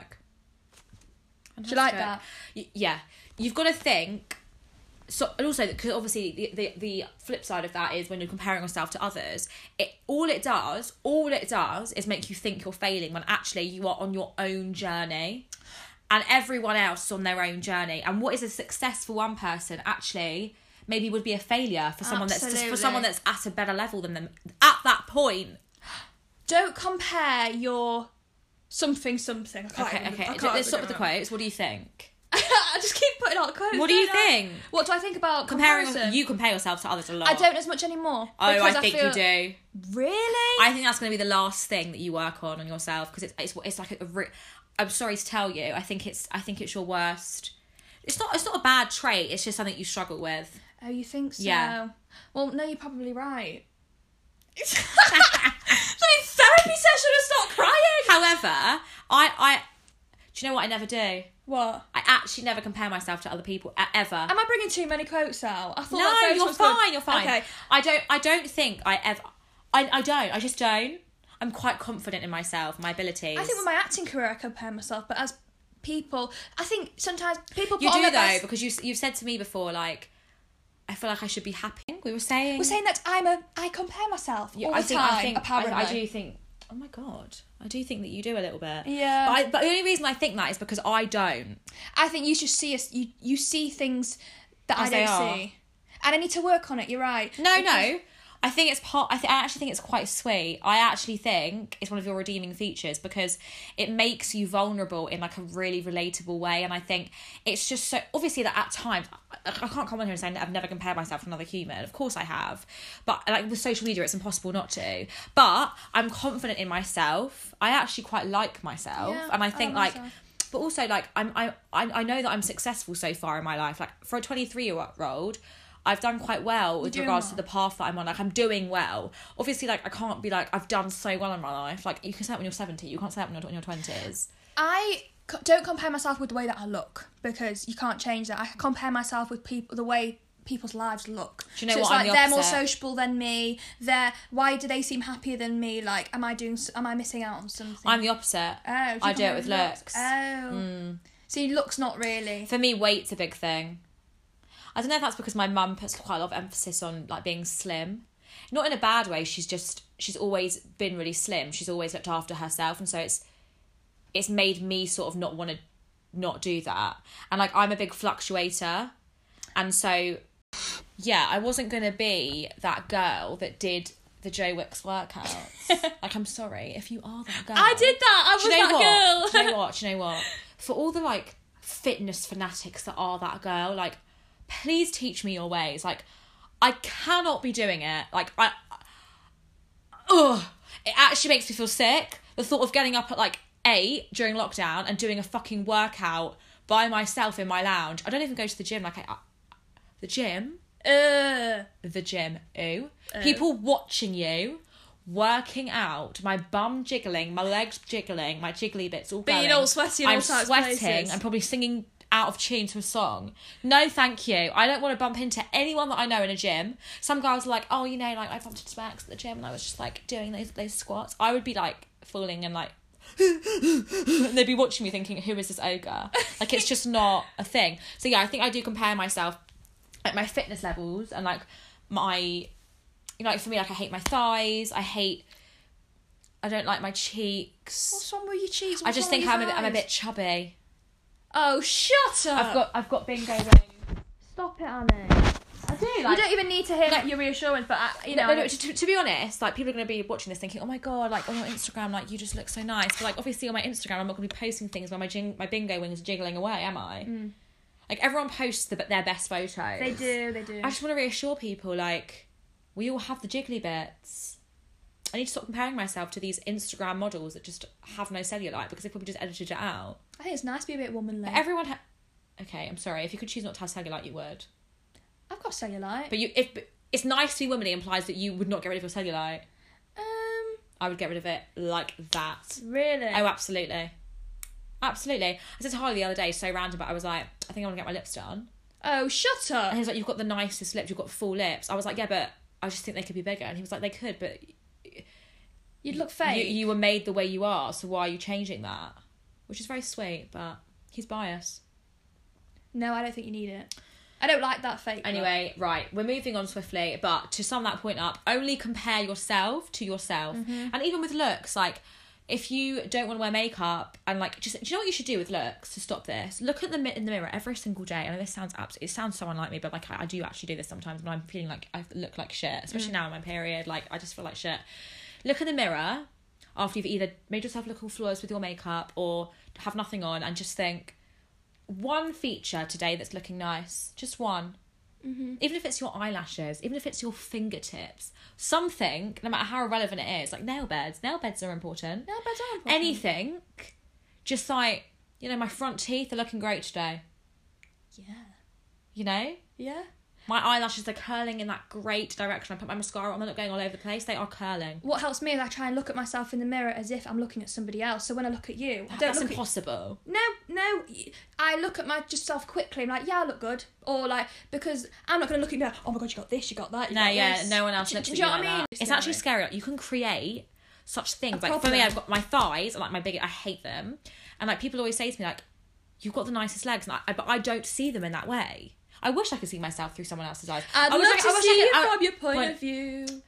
Fantastic. Do you like that? Y- yeah, you've got to think. So and also because obviously the, the the flip side of that is when you're comparing yourself to others, it all it does, all it does is make you think you're failing when actually you are on your own journey, and everyone else is on their own journey. And what is a success for one person actually maybe would be a failure for someone that's for Absolutely. someone that's at a better level than them at that point. Don't compare your something something. I can't Okay, even- I okay. can't Let's stop even with the remember. quotes. What do you think? (laughs) I just keep putting out quotes. What do you don't I? think? What do I think about comparing comparison? you compare yourself to others a lot. I don't as much anymore. Oh, I because think you feel- do. Really? I think that's going to be the last thing that you work on on yourself because it's it's it's like a. re- I'm sorry to tell you. I think it's I think it's your worst. It's not it's not a bad trait. It's just something you struggle (laughs) with. Oh, you think so? Yeah. Well, no, you're probably right. so in therapy session and start crying. However, I I do you know what I never do? I What? actually never compare myself to other people e- ever. Am I bringing too many quotes out? I thought that no, photo you're was good. fine. You're fine. Okay. I don't I don't think I ever. I I don't. I just don't. I'm quite confident in myself, my abilities. I think with my acting career, I compare myself, but as people, I think sometimes people You put on do though, their best- because you you've said to me before, like, I feel like I should be happy. We were saying, We're saying that I'm a. I compare myself all I the think, time. I think, apparently, I, I do think. Oh my god, I do think that you do a little bit. Yeah. but, I, but the only reason I think that is because I don't. I think you should see us. You you see things that As I they don't are. see, and I need to work on it. You're right. No, Because- no. I think it's part. I, th- I actually think it's quite sweet. I actually think it's one of your redeeming features because it makes you vulnerable in like a really relatable way. And I think it's just so obviously that at times I, I can't come on here and say I've never compared myself to another human. Of course I have, but like with social media, it's impossible not to. But I'm confident in myself. I actually quite like myself, Yeah, and I I like think like myself. but also like I'm I I I know that I'm successful so far in my life. Like for a 23 year old, I've done quite well with doing regards to well. the path that I'm on. Like I'm doing well. Obviously, like I can't be like I've done so well in my life. Like you can say that when you're 70, you can't say that when you're in your 20s. I c- don't compare myself with the way that I look because you can't change that. I compare myself with people the way people's lives look. Do you know so what? it's I'm like the they're more opposite. sociable than me. They're why do they seem happier than me? Like am I doing s- am I missing out on something? I'm the opposite. oh, you I do it compare with looks. Hmm. Oh. See, looks not really. For me, weight's a big thing. I don't know if that's because my mum puts quite a lot of emphasis on like being slim. Not in a bad way, she's just she's always been really slim. She's always looked after herself and so it's it's made me sort of not want to not do that. And like I'm a big fluctuator. And so yeah, I wasn't going to be that girl that did the Joe Wicks (laughs) workouts. like, I'm sorry if you are that girl. I did that. I was Do you know that what? girl. (laughs) Do you know what? Do you know what? For all the like fitness fanatics that are that girl, like, please teach me your ways. Like, I cannot be doing it. Like, I, ugh, it actually makes me feel sick. The thought of getting up at like eight during lockdown and doing a fucking workout by myself in my lounge. I don't even go to the gym. Like, I, I the gym (laughs) Ugh. the gym. Ooh. Oh. People watching you, working out, my bum jiggling, my legs jiggling, my jiggly bits all Being going. all sweaty in I'm all sorts of sweating. places. I'm probably singing out of tune to a song. No, thank you. I don't want to bump into anyone that I know in a gym. Some guys are like, oh, you know, like I bumped into Max at the gym and I was just like doing those those squats. I would be like falling and like. (laughs) and they'd be watching me thinking, who is this ogre? Like, it's just not a thing. So, yeah, I think I do compare myself like my fitness levels and like my you know like for me like I hate my thighs I hate I don't like my cheeks What's wrong with your cheeks? I What's just wrong think with I'm a your bit I'm a eyes? bit chubby Oh, shut up! I've got I've got bingo ring Stop it, Annie. I do you don't even need to hear like, your reassurance, but I, you know, no, no, I- to, to- to be honest, like people are going to be watching this thinking, "Oh my god, like on your Instagram, like you just look so nice." But like obviously on my Instagram, I'm not going to be posting things where my jing- my bingo wings are jiggling away, am I? Like everyone posts the, their best photos. Mm. they do, they do. I just want to reassure people, like, we all have the jiggly bits. I need to stop comparing myself to these Instagram models that just have no cellulite because they probably just edited it out. I think it's nice to be a bit womanly. But everyone, ha- okay, I'm sorry. If you could choose not to have cellulite, you would. I've got cellulite. But you, if but it's nice to be womanly implies that you would not get rid of your cellulite. um, I would get rid of it like that. really? Oh, absolutely, absolutely. I said to Harley the other day, so random, but I was like, I think I want to get my lips done. oh, shut And he up! was like, You've got the nicest lips, you've got full lips. I was like, Yeah, but I just think they could be bigger. And he was like, They could, but You'd look fake. You, you were made the way you are, so why are you changing that? Which is very sweet, but he's biased. No, I don't think you need it. I don't like that fake. look. Anyway, right, we're moving on swiftly, but to sum that point up, only compare yourself to yourself. And even with looks, like if you don't want to wear makeup and like just do you know what you should do with looks to stop this? Look at the mi- in the mirror every single day. I know this sounds absolutely it sounds so unlike me, but like I, I do actually do this sometimes when I'm feeling like I look like shit, especially now in my period, like I just feel like shit. Look in the mirror after you've either made yourself look all flawless with your makeup or have nothing on and just think one feature today that's looking nice, just one. Even if it's your eyelashes, even if it's your fingertips, something, no matter how irrelevant it is, like nail beds, nail beds are important. No, but I don't. Anything, just like, you know, my front teeth are looking great today, Yeah. you know? Yeah. My eyelashes are curling in that great direction. I put my mascara on, they're not going all over the place, they are curling. What helps me is I try and look at myself in the mirror as if I'm looking at somebody else. So when I look at you, I don't That's look at impossible. no, no. I look at my just self quickly. I'm like, yeah, I look good, or like because I'm not gonna look at you. and go, Oh my god, you got this, you got that. You No, got yeah, this." no one else Do, looks do at you know what I mean? Like that. It's actually scary. Like, you can create such things. like for me, problem. I've got my thighs are like my big. I hate them, and like people always say to me like, "You've got the nicest legs," and I, but I don't see them in that way. I wish I could see myself through someone else's eyes. I'd I love wish I to could- I wish I see you could- I- from your point when- of view.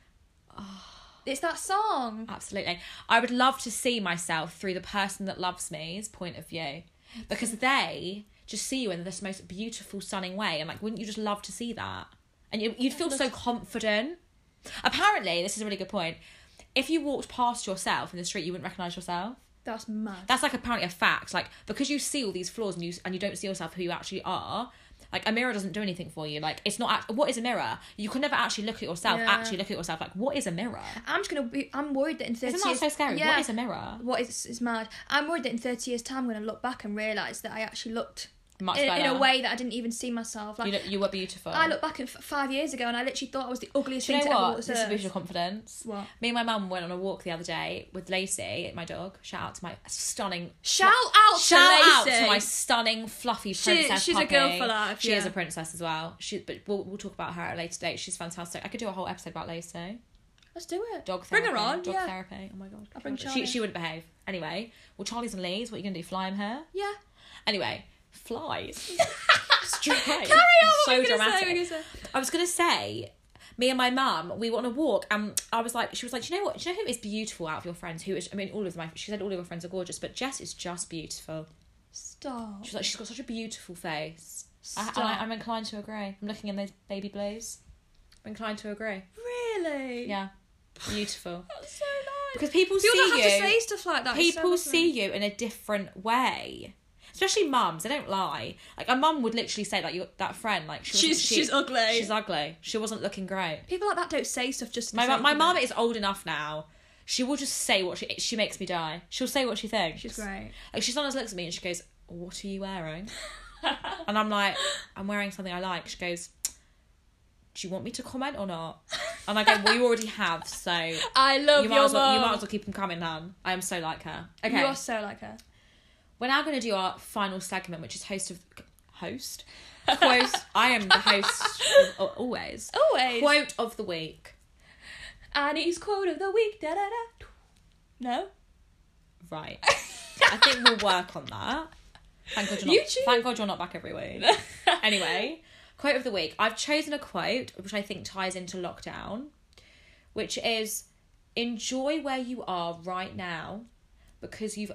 It's that song. Absolutely. I would love to see myself through the person that loves me's point of view because they just see you in this most beautiful, stunning way. And like, wouldn't you just love to see that? And you, you'd feel so confident. Apparently, this is a really good point. If you walked past yourself in the street, you wouldn't recognize yourself. That's mad. That's like apparently a fact. Like because you see all these flaws and you and you don't see yourself who you actually are. Like a mirror doesn't do anything for you. Like it's not. Act- what is a mirror? You can never actually look at yourself. Yeah. Actually look at yourself. Like what is a mirror? I'm just gonna be. I'm worried that in thirty Isn't that years. so scary? Yeah. What is a mirror? what is is mad. I'm worried that in 30 years' time, I'm going to look back and realise that I actually looked Much in, in better. a way that I didn't even see myself. Like You, look, you were beautiful. I look back at f- five years ago, and I literally thought I was the ugliest Do you know thing to what? ever walk This this is earth. visual confidence. What? Me and my mum went on a walk the other day with Lacey, my dog. Shout out to my stunning. Shout out, Shout to out Oh, Lacey. to my stunning, fluffy She- princess. she's a puppy. girl for life, She is yeah. a princess as well. She, but we'll, we'll talk about her at a later date. She's fantastic. I could do a whole episode about Lacey. Let's do it. Dog Bring therapy. her on. Dog yeah. therapy. Oh my god. I'll bring she, Charlie. she wouldn't behave. Anyway, well, Charlie's and Lee's. What are you going to do? Fly him here? Yeah. Anyway, flies. (laughs) Stripes. Carry on. What So were you gonna dramatic. say? What were you gonna say? I was gonna say, me and my mum, we went on a walk, and I was like, she was like, do you know what? Do you know who is beautiful out of your friends? Who is? I mean, all of my. She said all of her friends are gorgeous, but Jess is just beautiful. Stop. She was like, she's got such a beautiful face. I, Stop. and I, I'm inclined to agree. I'm looking in those baby blues. I'm inclined to agree. really? Yeah. Beautiful. That's so nice. Because people you see don't have you. to say stuff like that. It's so people lovely. see you in a different way. Especially mums, they don't lie. Like a mum would literally say, like your, that friend, like she wasn't- She's- she- she's ugly. She's ugly. She wasn't looking great. People like that don't say stuff just. to My say mu- my it. mum is old enough now. She will just say what she she makes me die. She'll say what she thinks. She's great. Like she sometimes looks at me and she goes, "What are you (laughs) wearing?" and I'm like, "I'm wearing something I like." She goes, "Do you want me to comment or not?" And I go, "Well, you already have, (laughs) so you I love might as well you might as well keep them coming, hun." I am so like her. Okay, You are so like her. we're now going to do our final segment, which is host of (laughs) host quote. I am the host of, always. Always. Quote of the week. Annie's quote of the week. Da da da. No. Right. I think we'll work on that. Thank God you're not. You choose. Thank God you're not back every week. anyway, quote of the week. I've chosen a quote which I think ties into lockdown, which is enjoy where you are right now because you've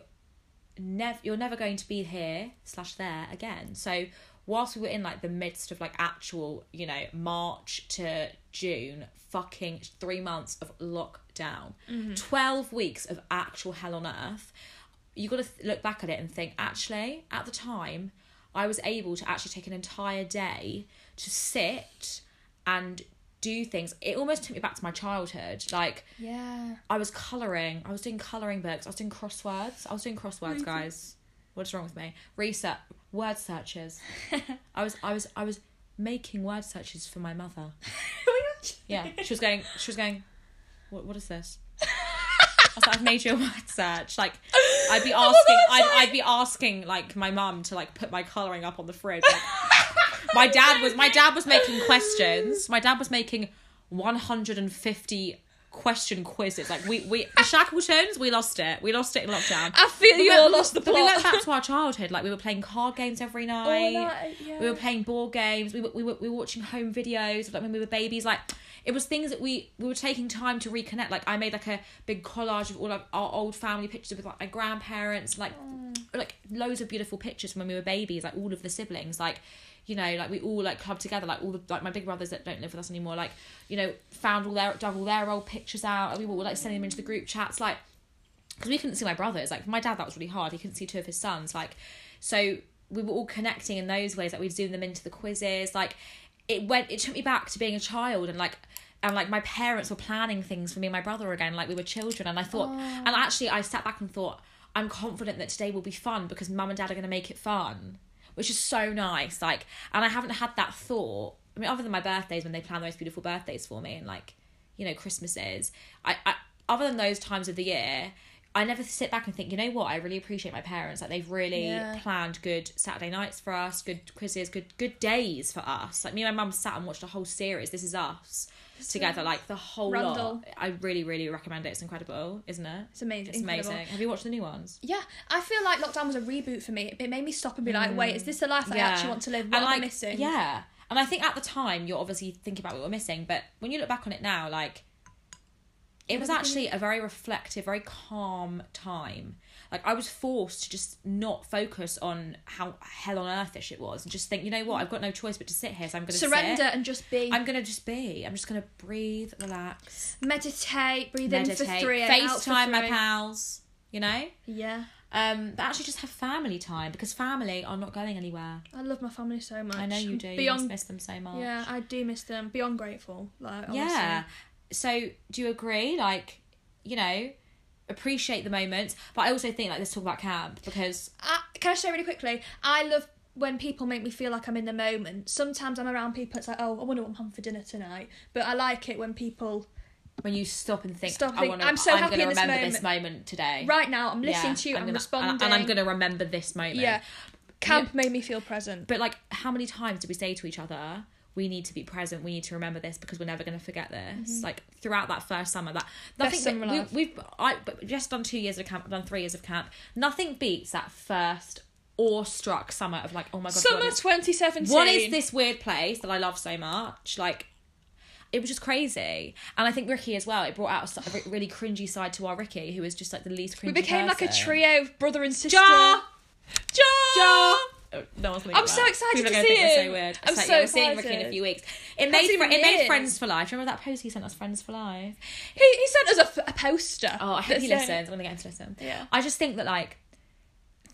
never you're never going to be here slash there again. So whilst we were in like the midst of like actual, you know, March to June, fucking three months of lockdown, twelve weeks of actual hell on earth, you got to th- look back at it and think actually at the time I was able to actually take an entire day to sit and do things. It almost took me back to my childhood, like. (laughs) Yeah. I was colouring. I was doing colouring books. I was doing crosswords. I was doing crosswords, guys. What is wrong with me? Research word searches. I was I was I was making word searches for my mother. Yeah. (laughs) She was going she was going, What what is (laughs) this? I was like, I've made you a word search. Like I'd (laughs) be asking I'd, I'd be asking like my mum to like put my colouring up on the fridge. Like, my dad was my dad was making questions. My dad was making 150 question quizzes. Like we we the Shackletons, we lost it. We lost it in lockdown. I feel you all lost the But we went (laughs) plot. Oh, back to our childhood. Like we were playing card games every night. that, yeah. We were playing board games. We were, we were we were watching home videos of, like when we were babies. Like it was things that we we were taking time to reconnect. Like I made like a big collage of all of our old family pictures with like my grandparents. Like like loads of beautiful pictures from when we were babies. Like all of the siblings. Like you know like we all like clubbed together like all the like my big brothers that don't live with us anymore like you know found all their dug all their old pictures out and we were all like sending them into the group chats like because we couldn't see my brothers. Like for my dad, that was really hard. He couldn't see two of his sons. Like so we were all connecting in those ways. Like we'd zoom them into the quizzes. Like it went. It took me back to being a child and like. And like my parents were planning things for me and my brother again, like we were children. And I thought, and actually, I sat back and thought, I'm confident that today will be fun because mum and dad are going to make it fun, which is so nice. Like, and I haven't had that thought. I mean, other than my birthdays when they plan the most beautiful birthdays for me and like, you know, Christmases. I, I other than those times of the year, I never sit back and think, you know what, I really appreciate my parents. Like they've really Yeah. planned good Saturday nights for us, good quizzes, good good days for us. Like me and my mum sat and watched a whole series, This Is Us, together, like the whole Randall. lot. I really, really recommend it. It's incredible, isn't it? It's amazing. It's Incredible. amazing. Have you watched the new ones? Yeah, I feel like lockdown was a reboot for me. It made me stop and be like, wait, is this the life I actually want to live? What And, am I Mm. like, missing? Yeah. And I think at the time you're obviously thinking about what you're missing, but when you look back on it now, like it was actually a very reflective, very calm time. Like I was forced to just not focus on how hell on earth this shit was and just think, you know what, I've got no choice but to sit here, so I'm gonna sit. Surrender and just be. I'm gonna just be. I'm just gonna breathe, relax, meditate, breathe in for meditate, three, out for FaceTime my three. pals, you know? Yeah, Um, but actually just have family time because family are not going anywhere. I love my family so much. I know you I'm do. You must Beyond, miss them so much. yeah, I do miss them. Beyond grateful. Like, honestly. Yeah. So do you agree? Like, you know, appreciate the moments, but I also think like let's talk about camp because I, can I say really quickly? I love when people make me feel like I'm in the moment. Sometimes I'm around people. It's like, oh, I wonder what I'm having for dinner tonight. But I like it when people. when you stop and think, Stop and I think, want to. I'm so I'm happy going to in this remember this moment today. Right now, I'm listening Yeah, to you. I'm, gonna- responding. and, and I'm going to remember this moment. Yeah, camp made me feel present. But like, how many times do we say to each other? We need to be present. We need to remember this because we're never going to forget this. Like throughout that first summer, that nothing. Mm-hmm. summer we, life. we've I but we've just done two years of camp. I've done three years of camp. Nothing beats that first awestruck summer of like, oh my god, what Summer is- 2017. what is this weird place that I love so much? Like, it was just crazy. And I think Ricky as well, it brought out a s- a re- really cringy side to our Ricky, who was just like the least cringy We became like a person. trio of brother and sister. Jar! Jar! Jar! Oh, no one's gonna. I'm get so that. excited People are to gonna see think we're him. So weird. I'm It's like, so yeah, we're seeing Ricky in a excited. few weeks. It That's made fri- even it made years. friends for life. Remember that post he sent us, friends for life. He, he sent There's a, f- a poster. Oh, I hope he That's listens. I'm gonna get him to listen. Yeah. I just think that like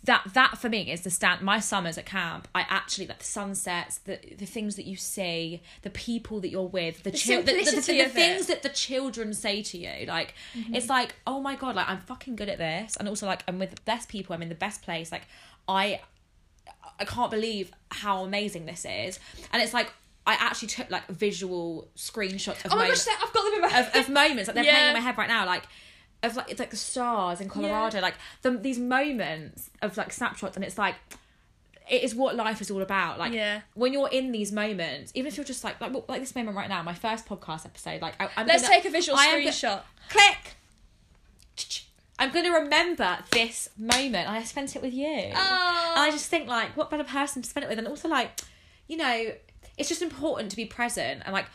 that that for me is the stand. My summers at camp, I actually like the sunsets, the the things that you see, the people that you're with, the chil- the, the, the, simplicity the of it. Mm-hmm. things that the children say to you. Like it's like oh my god, like I'm fucking good at this, and also like I'm with the best people. I'm in the best place. Like I I can't believe how amazing this is, and it's like. I actually took like visual screenshots of oh my moments- gosh, I've got them in my (laughs) of, of moments like they're playing Yeah. in my head right now like of like it's like the stars in colorado like the, these moments of like snapshots and it's like it is what life is all about like Yeah. when you're in these moments even if you're just like like, well, like this moment right now my first podcast episode like I, am Let's gonna, take a visual I am go- screenshot. click I'm gonna remember this moment. I spent it with you. Oh. And I just think like, what better person to spend it with? And also like, you know, it's just important to be present and like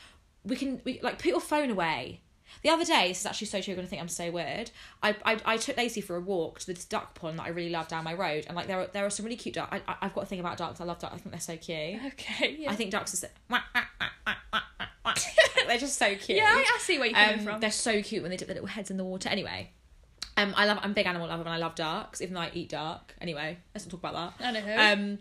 we can we like put your phone away. The other day, this is actually so true. You're gonna think I'm so weird. I I, I took Lacey for a walk to this duck pond that I really love down my road, and like there are there are some really cute ducks. I, I I've got a thing about ducks. I love ducks. I think they're so cute. Okay. Yeah. I think ducks are so, (laughs) they're just so cute. yeah, I, I see where you're coming Um, from. They're so cute when they dip their little heads in the water. Anyway, um, I love. I'm a big animal lover and I love ducks, even though I eat duck. Anyway, let's not talk about that. I know who. Um,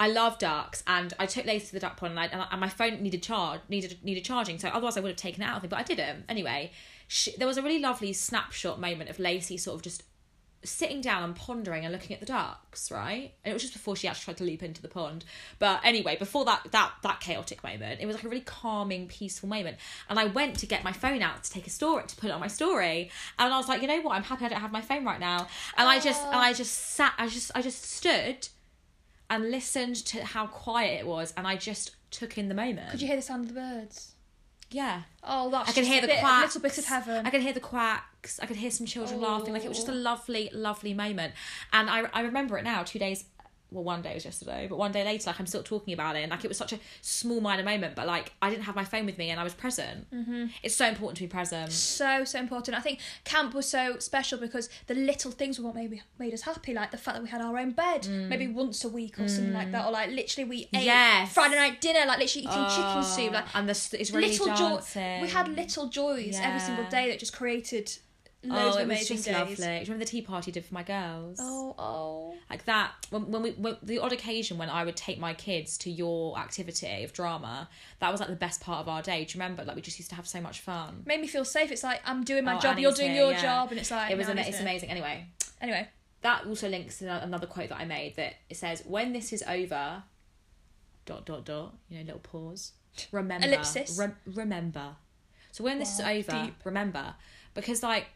I love ducks, and I took Lacey to the duck pond, and, I, and, I- and my phone needed charge, needed needed charging, so otherwise I would have taken it out of it, but I didn't. Anyway, she, there was a really lovely snapshot moment of Lacey sort of just sitting down and pondering and looking at the ducks, right? And it was just before she actually tried to leap into the pond. But anyway, before that that that chaotic moment, it was like a really calming, peaceful moment. And I went to get my phone out to take a story to put it on my story. And I was like, you know what, I'm happy I don't have my phone right now. And I just and I Oh. just sat I just I just stood and listened to how quiet it was and I just took in the moment. Could you hear the sound of the birds? yeah. Oh, that's I can just hear a the bit, quacks. A little bit of heaven. I could hear the quacks. I could hear some children laughing. Like it was just a Oh. lovely, lovely moment. And I, I remember it now. Two days, well, one day was yesterday, but one day later, like I'm still talking about it. And like it was such a small minor moment, but like I didn't have my phone with me and I was present. Mm-hmm. It's so important to be present. so so important. I think camp was so special because the little things were what made, made us happy, like the fact that we had our own bed, Mm. maybe once a week or something like that, or like literally we ate Yes. Oh, Friday night dinner, like literally eating chicken soup, like Ah, and the s- Israeli little dancing. joy. We had little joys Yeah. every single day that just created loads Oh, of it was amazing just days. lovely. Do you remember the tea party did for my girls? Oh oh. like that when, when we when, the odd occasion when i would take my kids to your activity of drama that was like the best part of our day do you remember like we just used to have so much fun Made me feel safe. It's like I'm doing my Oh, job, you're Annie's doing here, your yeah. job, and it's like it was no, ama- isn't it's it? amazing anyway Anyway, that also links to ano- another quote that i made that it says when this is over dot dot dot you know little pause remember Ellipsis. rem- remember so when this Wow, is over deep. remember because like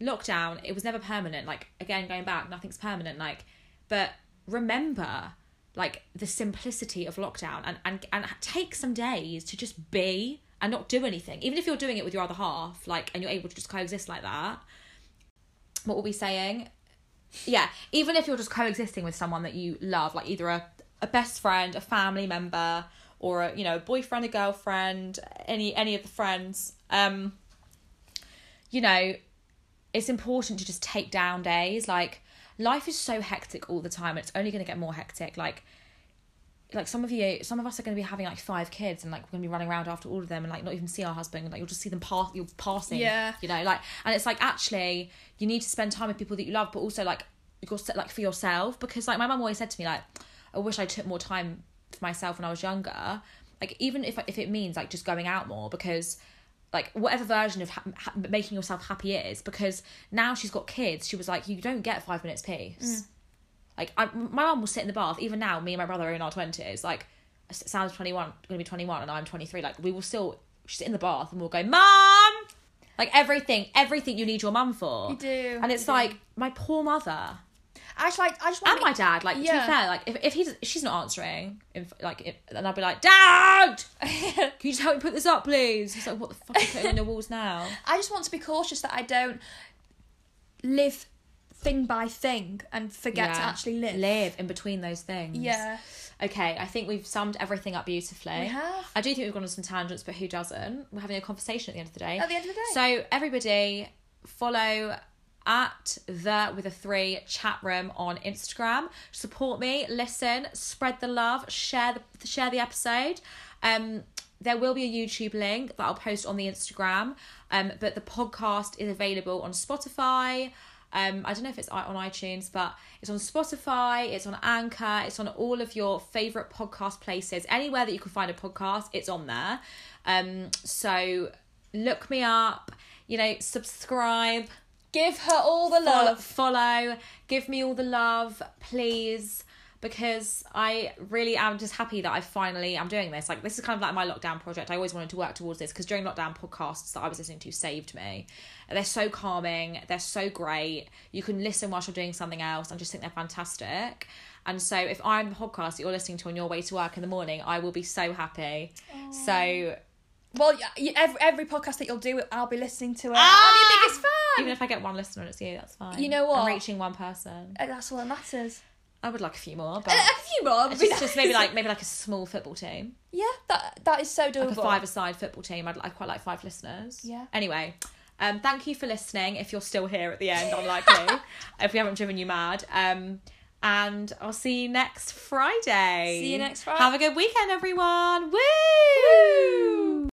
lockdown it was never permanent like again going back nothing's permanent like but remember like the simplicity of lockdown and and, and take some days to just be and not do anything even if you're doing it with your other half like and you're able to just coexist like that what were we saying yeah even if you're just coexisting with someone that you love like either a, a best friend a family member or a, you know a boyfriend a girlfriend any any of the friends um you know it's important to just take down days like life is so hectic all the time it's only going to get more hectic like like some of you some of us are going to be having like five kids and like we're going to be running around after all of them and like not even see our husband like you'll just see them pass you're passing Yeah. you know like and it's like actually you need to spend time with people that you love but also like you're set like for yourself because like my mum always said to me like i wish i took more time for myself when i was younger like even if if it means like just going out more because like whatever version of ha- ha- making yourself happy is because now she's got kids she was like you don't get five minutes Mm. peace like I, my mum will sit in the bath even now me and my brother are in our 20s like Sam's 21 gonna be 21 and I'm 23 like we will still sit in the bath and we'll go mum like everything everything you need your mum for You do, and it's you do. like my poor mother I just like I just want and my dad like to Yeah. be fair like if, if he's she's not answering if, like if, and I'll be like dad (laughs) can you just help me put this up please he's like what the fuck are you putting in the walls now I just want to be cautious that I don't live thing by thing and forget to Yeah. actually live. live in between those things Yeah. Okay, I think we've summed everything up beautifully. We have. I do think we've gone on some tangents, but who doesn't? We're having a conversation at the end of the day. At the end of the day. So everybody follow at the with a three chat room on Instagram. Support me, listen, spread the love, share the share the episode. Um, there will be a YouTube link that I'll post on the Instagram. Um, but the podcast is available on Spotify. Um, I don't know if it's i- on iTunes, but it's on Spotify, it's on Anchor, it's on all of your favorite podcast places. Anywhere that you can find a podcast, it's on there. Um, so look me up, you know, subscribe, Give her all the follow, love. follow, give me all the love, please, because I really am just happy that I finally am doing this. Like this is kind of like my lockdown project. I always wanted to work towards this because during lockdown, podcasts that I was listening to saved me. They're so calming. They're so great. You can listen whilst you're doing something else. I just think they're fantastic. And so, if I'm the podcast that you're listening to on your way to work in the morning, I will be so happy. So, Well, yeah, you- every, every podcast that you'll do, I'll be listening to it. Ah! I'm your biggest fan. even if I get one listener and it's you, that's fine. You know I'm what? reaching one person. Uh, That's all that matters. I would like Uh, a few more, (laughs) A, but a few more. would It's be just, (laughs) just maybe nice. like maybe like a small football team, yeah, that that is so like a doable. five-a-side football team. I'd, I quite like five listeners. Yeah. Anyway, um, thank you for listening. If you're still here at the end, (laughs) unlikely. if we haven't driven you mad, um, and I'll see you next Friday. See you next Fri- Have a good weekend, everyone. Woo!